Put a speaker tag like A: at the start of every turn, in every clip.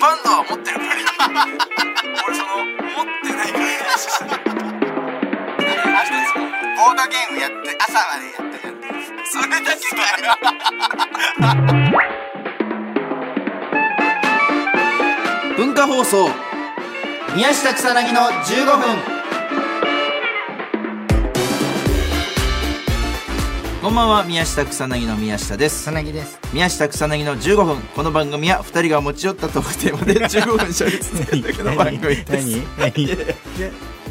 A: バンドは持ってるから 俺その持ってないから話したボードゲームやって朝までやってやってそれだけかよ
B: 文化放送宮下草薙の15分こんばんは宮下草薙の宮下です
C: 草薙です。
B: 宮下草薙の15分この番組は2人が持ち寄ったトークテーマ で15分しゃべり続けるだけの番組です
C: 何何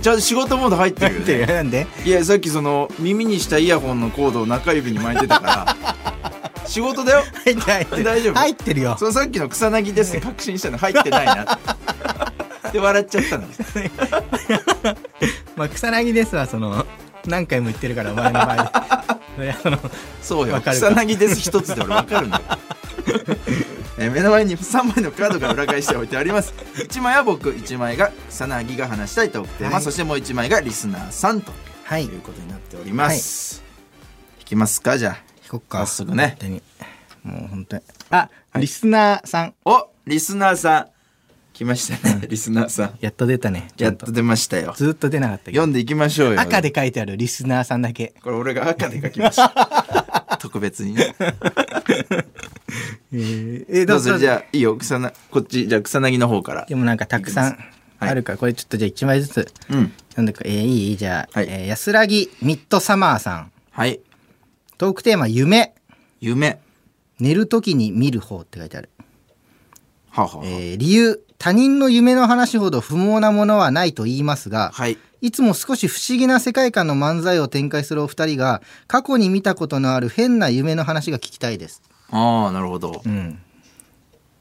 B: ちゃんと仕事モード入ってるよね
C: 何なん で
B: いやさっきその耳にしたイヤホンのコードを中指に巻いてたから 仕事だよ
C: 入って入ってる
B: 大丈夫
C: 入ってるよ。
B: そのさっきの草薙ですって確信したの入ってないなってで笑っちゃったんです
C: まあ、草薙ですはその何回も言ってるからお前の 前で。それはその
B: そうよ
C: わかる
B: 草
C: か
B: 薙です一つで俺分かる んだよえー目の前に3枚のカードが裏返しておいてあります1枚は僕1枚が草薙が話したいと思ってます、
C: はい
B: そしてもう1枚がリスナーさんと
C: はい
B: いうことになっております、い、きますかじゃあ
C: 聞こっ
B: 早速ね
C: 本当にもう本当にあ、リスナーさん
B: おリスナーさん来ました ねリスナーさん
C: やっと出たねち
B: や
C: ゃ
B: っ
C: んと
B: と出ましたよ
C: ずっと出なかったけど
B: 読んでいきましょうよ
C: 赤で書いてあるリスナーさんだけ
B: これ俺が赤で書きました 特別にね
C: えー、
B: どうぞじゃあいいよ草なこっちじゃあ草薙の方から
C: でもなんかたくさんあるから、これちょっとじゃあ1枚ずつ
B: うん
C: 読んでくえー、いいじゃあ、
B: はい
C: えー安らぎミッドサマーさん
B: はい
C: トークテーマ夢
B: 夢
C: 寝るときに見る方って書いてある、
B: はあはあはあ
C: えー理由他人の夢の話ほど不毛なものはないと言いますが、
B: はい
C: いつも少し不思議な世界観の漫才を展開するお二人が過去に見たことのある変な夢の話が聞きたいです。
B: ああなるほど
C: うん。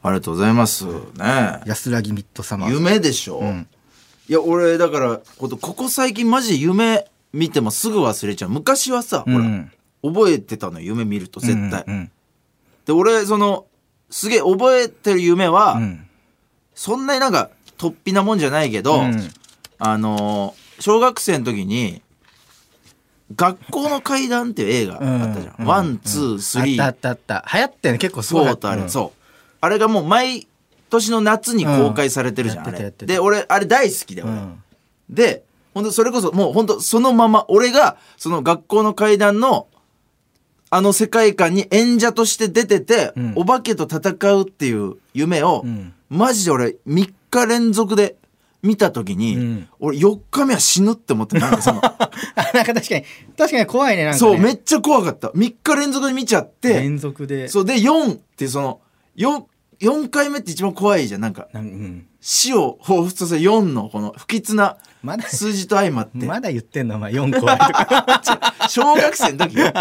B: ありがとうございますね
C: 安らぎミッドサマー。
B: 夢でしょ、
C: ん
B: いや俺だからこここ最近マジで夢見てもすぐ忘れちゃう昔はさ、
C: うん
B: ほら覚えてたのよ夢見ると絶対、
C: うんうん
B: で俺そのすげえ覚えてる夢は、
C: うん。
B: そんなになんか突飛なもんじゃないけど、
C: うん
B: あのー小学生の時に「学校の階段」っていう映画あったじゃん。ワンツースリ
C: あっ
B: ー
C: たあったあった。流行ったよね。結構すご
B: そ
C: か
B: う
C: った。
B: とあれ、
C: うん
B: そうあれがもう毎年の夏に公開されてるじゃん、
C: うん
B: あ
C: や
B: れ
C: ってたやっ
B: で
C: てた
B: 俺あれ大好きだよ、
C: う
B: 俺
C: ん。
B: でほんとそれこそもうほんとそのまま俺がその学校の階段のあの世界観に演者として出てて、
C: うん
B: お化けと戦うっていう夢を、
C: うん
B: マジで俺3日連続で見た時に、
C: うん
B: 俺4日目は死ぬって思ってなんかその
C: あ なんか確かに、確かに怖いね。なんかね、
B: そうめっちゃ怖かった3日連続で見ちゃって
C: 連続で。
B: そうで4っていうその 4, 4回目って一番怖いじゃんなんか
C: なんうん。
B: 死を彷彿とする4のこの不吉な
C: まだ
B: 数字と相まって
C: まだ言ってんのお前4怖いとか。
B: 小学生の時 よ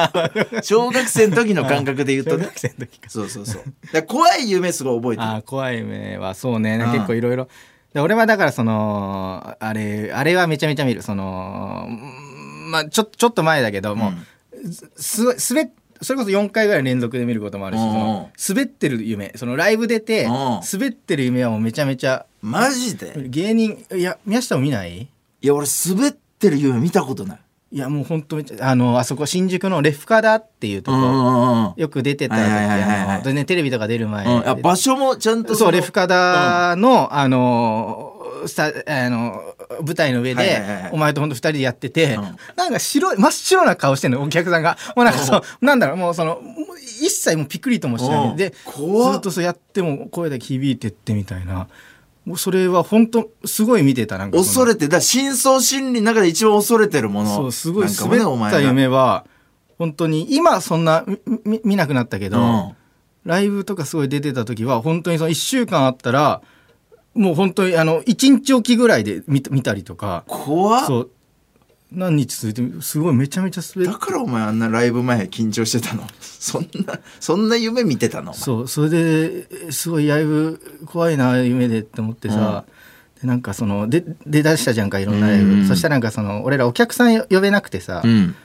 B: 小学生の時の感覚で 言うと
C: 小
B: ね
C: 学生の時か。
B: そうそうそうだから怖い夢すごい覚えてる
C: あ あ怖い夢はそうね
B: うん
C: 結構いろいろで俺はだからそのあれあれはめちゃめちゃ見るそのうんまあちょちょっと前だけどもうすごい滑っそれこそ4回ぐらい連続で見ることもあるし
B: う
C: そ
B: んうん
C: の滑ってる夢そのライブ出て
B: うん
C: 滑ってる夢はもうめちゃめちゃ
B: マジで
C: 芸人いや宮下も見ない
B: いや俺滑ってる夢見たことない
C: いやもうほんとめっちゃあのあそこ新宿のレフカダっていうと
B: うん
C: こ
B: うんうん
C: よく出てた
B: はいはいはいはいはい
C: 時あのでねテレビとか出る前
B: うんあ場所もちゃんと
C: そう、
B: の
C: レフカダの、あのー、さあのー舞台の上で、
B: はいはいはい
C: お前とほんと二人でやってて、
B: うん
C: なんか白い真っ白な顔してんのお客さんがもうなんかそうなんだろうもうそのもう一切もうピクリともしな
B: うん
C: いで
B: 怖っ
C: ずっとそうやっても声だけ響いてってみたいなもうそれは本当すごい見てたなんかその
B: 恐れてだから深層心理の中で一番恐れてるもの
C: そうすごい
B: なんかもねお
C: 滑っ
B: 前
C: た
B: が
C: 夢は本当に今そんなみみ見なくなったけど、
B: うん
C: ライブとかすごい出てた時は本当にその1週間あったらもう本当にあの1日おきぐらいで見た見たりとか
B: 怖っ
C: そう何日続いてすごいめちゃめちゃ滑っ
B: だからお前あんなライブ前緊張してたの そんなそんな夢見てたのお前
C: そうそれですごいライブ怖いな夢でって思ってさ、でなんかそので出だしたじゃんかいろんなライブ、
B: うん
C: そしたらなんかその俺らお客さん呼べなくてさ、
B: うん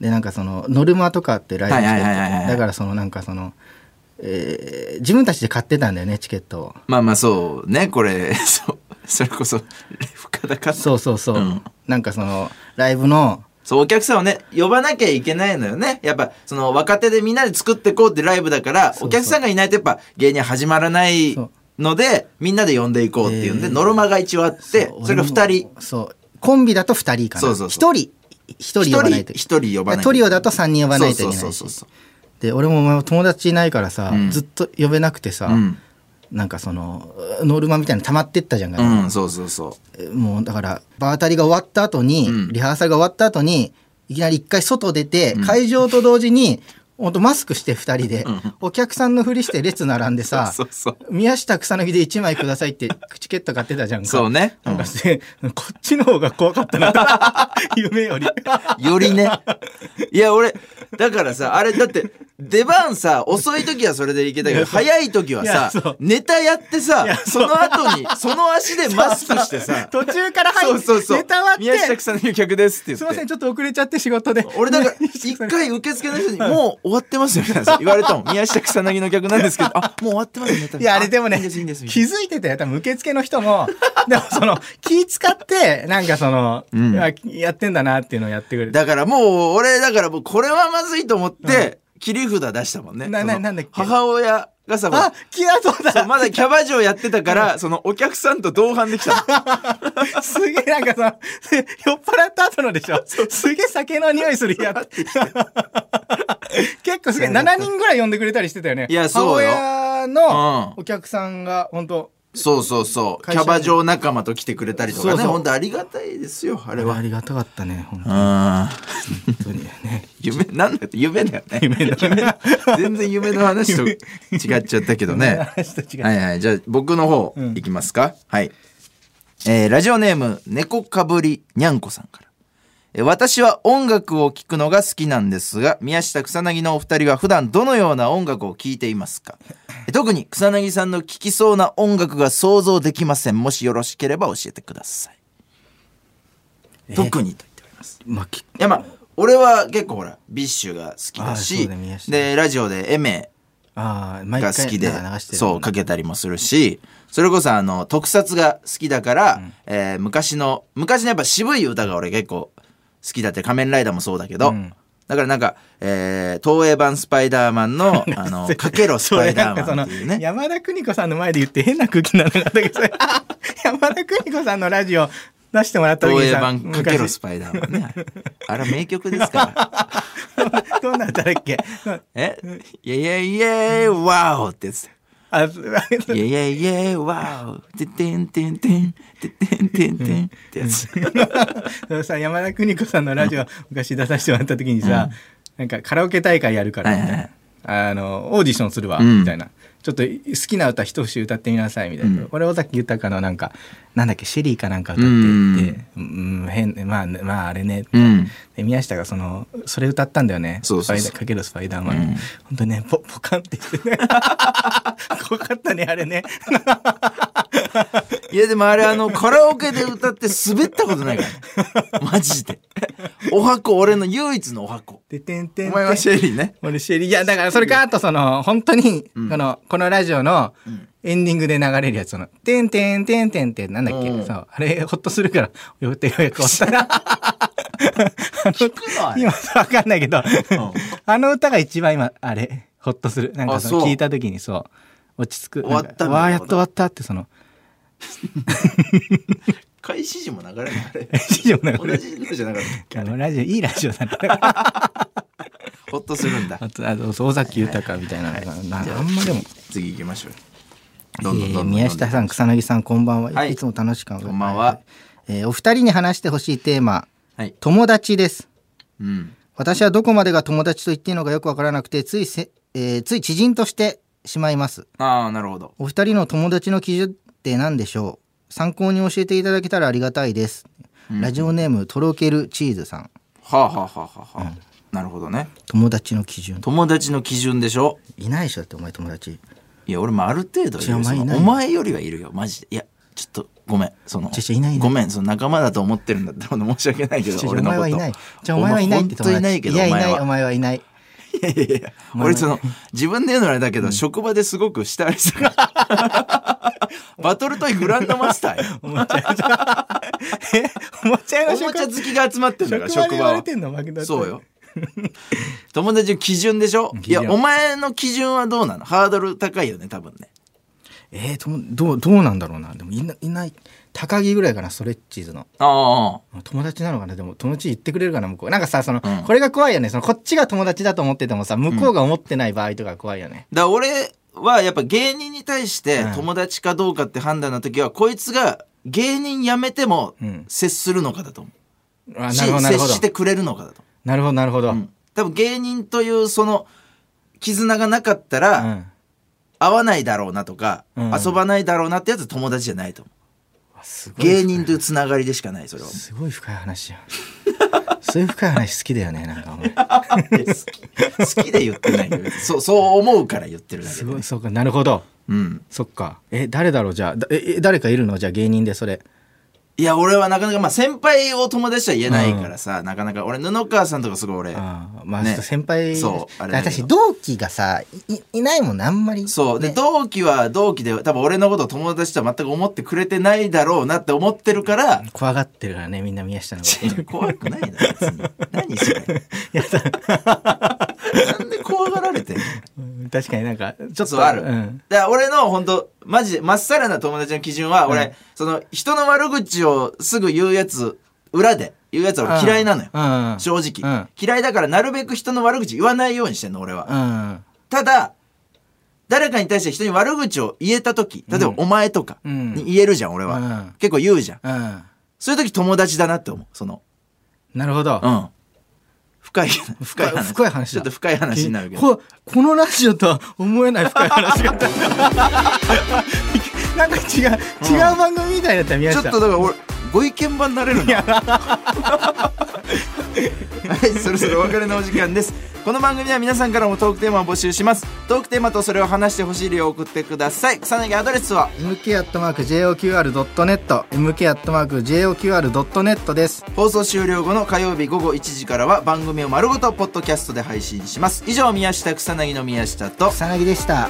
C: でなんかそのノルマとかってライブチケ
B: はいはいはいはい
C: ッ
B: はい
C: トだからそのなんかその、えー自分たちで買ってたんだよねチケットを
B: まあまあそうねこれ そうそれこそレフカダか
C: そうそうそう、
B: うん
C: なんかそのライブの
B: そう、お客さんをね、呼ばなきゃいけないのよね。やっぱ、その若手でみんなで作ってこうってライブだから、
C: そうそう
B: お客さんがいないとやっぱ芸人始まらない
C: そう
B: のでみんなで呼んでいこうっていうんで、
C: えー
B: ノルマが一応あって
C: う
B: それが2人
C: 俺もそうコンビだと2人かな
B: そうそうそ
C: 1人1人呼ばないと
B: 一人一人呼ばないと
C: トリオだと3人呼ばないといけないし
B: そうそうそうそう
C: で俺もまあ友達いないからさ、
B: うん
C: ずっと呼べなくてさ、
B: うん
C: なんかそのノルマみたいなの溜まってったじゃんか、
B: うんそうそうそう
C: もうだから場当たりが終わった後に、
B: うん
C: リハーサルが終わった後にいきなり一回外出て、
B: うん
C: 会場と同時に本当マスクして2人で、
B: うん
C: お客さんのふりして列並んでさ
B: そうそうそう
C: 宮下草薙で1枚ください ってチケット買ってたじゃんか。
B: そうね、う
C: なんんかして、こっちの方が怖かったな 夢より。
B: よりね。いや、俺、だからさ、あれ、だって、出番さ、遅い時はそれでいけたけ
C: い
B: ど、
C: やそう
B: 早い時はい
C: やそ
B: さ
C: う、
B: ネタやってさ
C: いや、
B: そ
C: そう
B: の後に、その足でマスクしてさ、
C: 途中から入
B: そ
C: っ
B: うそう
C: て、
B: そう
C: ネタ終わっ、
B: 宮下
C: て、
B: 草薙客ですって
C: すい
B: 言っ
C: ません、
B: て。
C: ちょっと遅れちゃって仕事で。
B: 俺だから一回受付の人に「もう終わってますよ」みたいな言われたもん「宮下草薙の客なんですけ どあもう終わってますよネタ
C: いや、あれでもね、
B: いいで
C: 気
B: すいいです」みたいな
C: づいてたよ。多分、受付の人も、でもその、気使って、なんかその、
B: うん
C: あやってんだなっていうのをやってくれて。
B: だからもう俺だからもうこれはまずいと思って切り札出したもんね
C: なな
B: その
C: なんだっけ
B: 母親がさ
C: あ、キラそう
B: そう
C: だ
B: まだキャバ嬢やってたから、そのお客さんと同伴できたの。
C: すげえなんかさ、 酔っ払った後のでしょすげえ酒の匂いするや つ。結構すげえ、7人ぐらい呼んでくれたりしてたよね。
B: いやそうよ
C: 母親
B: うん
C: のお客さんが、本当
B: そうそうそう。キ
C: 会社
B: ャ
C: に
B: バ嬢仲間と来てくれたりとかね。
C: そうそう
B: 本当ありがたいですよ、あれは。
C: りがたかったね、本
B: ああ。
C: 当に ね。
B: 夢、なんだって夢だよね。夢だ。全然夢の話と違っちゃったけど ね。
C: 話と違う。
B: はいはい。じゃあ僕の方
C: うん
B: いきますか。はい。えーラジオネーム、猫かぶりにゃんこさんから。えー私は音楽を聴くのが好きなんですが、宮下草薙のお二人は普段どのような音楽を聴いていますかえー特に草薙さんの聴きそうな音楽が想像できません。もしよろしければ教えてください。特にと言っております。
C: まあ、き
B: いやまあ、俺は結構ほら、ビッシュが好きだ
C: あー
B: し
C: そうね宮、下
B: で、ラジオでエメ
C: ああ、毎
B: が
C: 回
B: 好きで
C: なんか流してる
B: そうかけたりもするしそれこそあの特撮が好きだから、
C: ん
B: えー昔の昔のやっぱ渋い歌が俺結構好きだって「仮面ライダー」もそうだけど、
C: うん
B: だからなんか、えー東映版「スパイダーマン の」あの「かけろスパイダーマン」っていう
C: そ
B: ね
C: れなんかその山田邦子さんの前で言って変な空気にならなかったけど、それ 山田邦子さんのラジオ出してもらった時
B: 東
C: に
B: 映
C: さ、
B: 版「かけろス
C: 昔
B: パイダーマンね」あれ名曲ですから
C: どんな歌だっけ
B: えイェイイェイイェイワオってやつだよ
C: あ、す
B: イェイイェイイェイワオてってんてんてんてってんてんてんってやつ
C: そのさ、山田邦子さんのラジオ昔出させてもらった時にさ、なんかカラオケ大会やるから、みたいな
B: はいはい
C: あの、オーディションするわ、
B: うん
C: みたいな。ちょっと好きな歌一節歌ってみなさいみたいな、
B: うん
C: 俺尾崎豊のなんかなんだっけシェリーかなんか歌ってって、うん変まあまああれね、
B: うん
C: で宮下がそのそれ歌ったんだよね「
B: そうそうそう
C: スパイダーかけるスパイダーマン」
B: うん
C: 本当にねポポカンってしてね 怖かったねあれね
B: いやでもあれあのカラオケで歌って滑ったことないからねマジでお箱俺の唯一のお箱
C: でてんて
B: お
C: んてん
B: 前はシェリーね
C: 俺シェリーいやだからそれかあとその本当にこの、このラジオのエンディングで流れるやつその「てんてんてんてん」ってなんだっけ、
B: うん
C: そうあれほっとするからよってようやく終わったな あ
B: 聞くのあ
C: の
B: れ
C: 今さわかんないけど、あの歌が一番今あれほっとするなんかそ
B: あ
C: の
B: そう
C: 聞いた時にそう落ち着く
B: 終わった
C: なん
B: み
C: か
B: たいな
C: わあやっと終わったってその
B: 開始時も流れないあれ
C: 以上なの
B: 同じのじゃなかっ
C: あのラジオいいラジオ だな
B: たホッとするんだ
C: あとあと尾崎豊みたいなのが、なあんまでも
B: 次行きましょうどんどんどん
C: え
B: ど
C: ー
B: ん
C: 宮下さん草薙さんこんばんは、
B: はい
C: い、つも楽しくこ
B: こんばんは、
C: えーお二人に話してほしいテーマ
B: はい
C: 友達です
B: うん
C: 私はどこまでが友達と言っていいのかよくわからなくてついせ、えーつい知人としてしまいます
B: ああなるほど
C: お二人の友達の基準って何でしょう参考に教えていただけたらありがたいです、ラジオネームとろけるチーズさん
B: はあはあはあはあ、はあなるほどね
C: 友達の基準
B: 友達の基準でしょ
C: いないでしょだってお前友達
B: いや俺もある程度いる
C: いや
B: よ
C: お前いない
B: そのお前よりはいるよマジでいやちょっとごめんその
C: 違う違ういないいない
B: ごめんその仲間だと思ってるんだったら申し訳ないけ
C: じ
B: ど
C: ゃあ
B: 俺
C: お
B: のこと
C: 前はいないじゃあお前はいないって
B: お前ほんといないけど
C: いやい
B: お
C: ない
B: 前は
C: お前はいない
B: いやいやいや俺その自分で言うのはあれだけど、職場ですごく下あり さがバトルトイグランドマスターよ
C: おもちゃえおもちゃ
B: お
C: 屋の
B: もち
C: 職
B: ゃ好きが集まってんだから職
C: で
B: 場
C: 言われ
B: は
C: てんのマグナット
B: そうよ友達の基準でしょい
C: 基準
B: やお前の基準はどうなのハードル高いよね多分ね
C: えー、とどうどうなんだろうなでもいないない高木ぐらいかなストレッチーズの
B: あ
C: 友達なのかなでも友達言ってくれるかな向こうなんかさその、
B: うん
C: これが怖いよねそのこっちが友達だと思っててもさ向こうが思ってない場合とか怖いよね、
B: だから俺はやっぱ芸人に対して
C: うん
B: 友達かどうかって判断の時は、こいつが芸人辞めても
C: うん
B: 接するのかだと思
C: あ
B: う、し
C: なるほどな
B: 接
C: るほど
B: してくれるのかだと
C: なるほどなるほど、
B: 思う、うん多分芸人というその絆がなかったら、
C: うん
B: 会わないだろうなとか、
C: うん
B: 遊ばないだろうなってやつは友達じゃないと思
C: あす
B: う
C: ごい
B: 芸人というつながりでしかないそ れは
C: すごい深い話 やそういう深い話好きだよねなんかお 前
B: 好き好きで言ってないよそうそう思うから言ってるだけ
C: す
B: で
C: ごいそうかなるほど
B: うん、
C: そっかえ誰だろうじゃあだええ誰かいるのじゃあ芸人でそれ
B: いや俺はなかなかまあ先輩を友達とは言えないからさ、なかなか俺布川さんとかすごい俺
C: あーまあ、
B: ね
C: ちょっと先輩
B: そうあれだけど
C: 私同期がさいいいないもんあんまり
B: そうで、
C: ね
B: 同期は同期で多分俺のことを友達とは全く思ってくれてないだろうなって思ってるから
C: 怖がってるからねみんな宮下の こと
B: 怖くないな別に何それなんで怖がられてんの
C: うん確かになんかちょっ
B: そう
C: と
B: ある、
C: うん
B: だから俺の本当マジでまっさらな友達の基準は俺、
C: うん
B: その人の悪口をすぐ言うやつ裏で言うやつは俺嫌いなのよ、
C: うんうん
B: 正直、
C: うん
B: 嫌いだからなるべく人の悪口言わないようにしてんの俺は、
C: うん
B: ただ誰かに対して人に悪口を言えた時例えば
C: うん
B: お前とか
C: うん
B: に言えるじゃん俺は、
C: うん
B: 結構言うじゃん
C: うん
B: そういう時友達だなって思うその
C: なるほど
B: うん深い深い話
C: 深い話
B: ちょ
C: だ
B: っと深い話になるけど
C: ここのラジオとは思えない深い話が なんか違う、違う番組みたいだった宮
B: ちょ
C: 下
B: っとだから俺ご意見番になれる なはいそろそろお別れのお時間ですこの番組では皆さんからもトークテーマを募集しますトークテーマとそれを話してほしい量を送ってください草薙アドレスは
C: MK アットマーク JOQR.net MK アットマーク JOQR.net です
B: 放送終了後の火曜日午後1時からは番組を丸ごとポッドキャストで配信します以上宮下草薙の宮下と
C: 草薙でした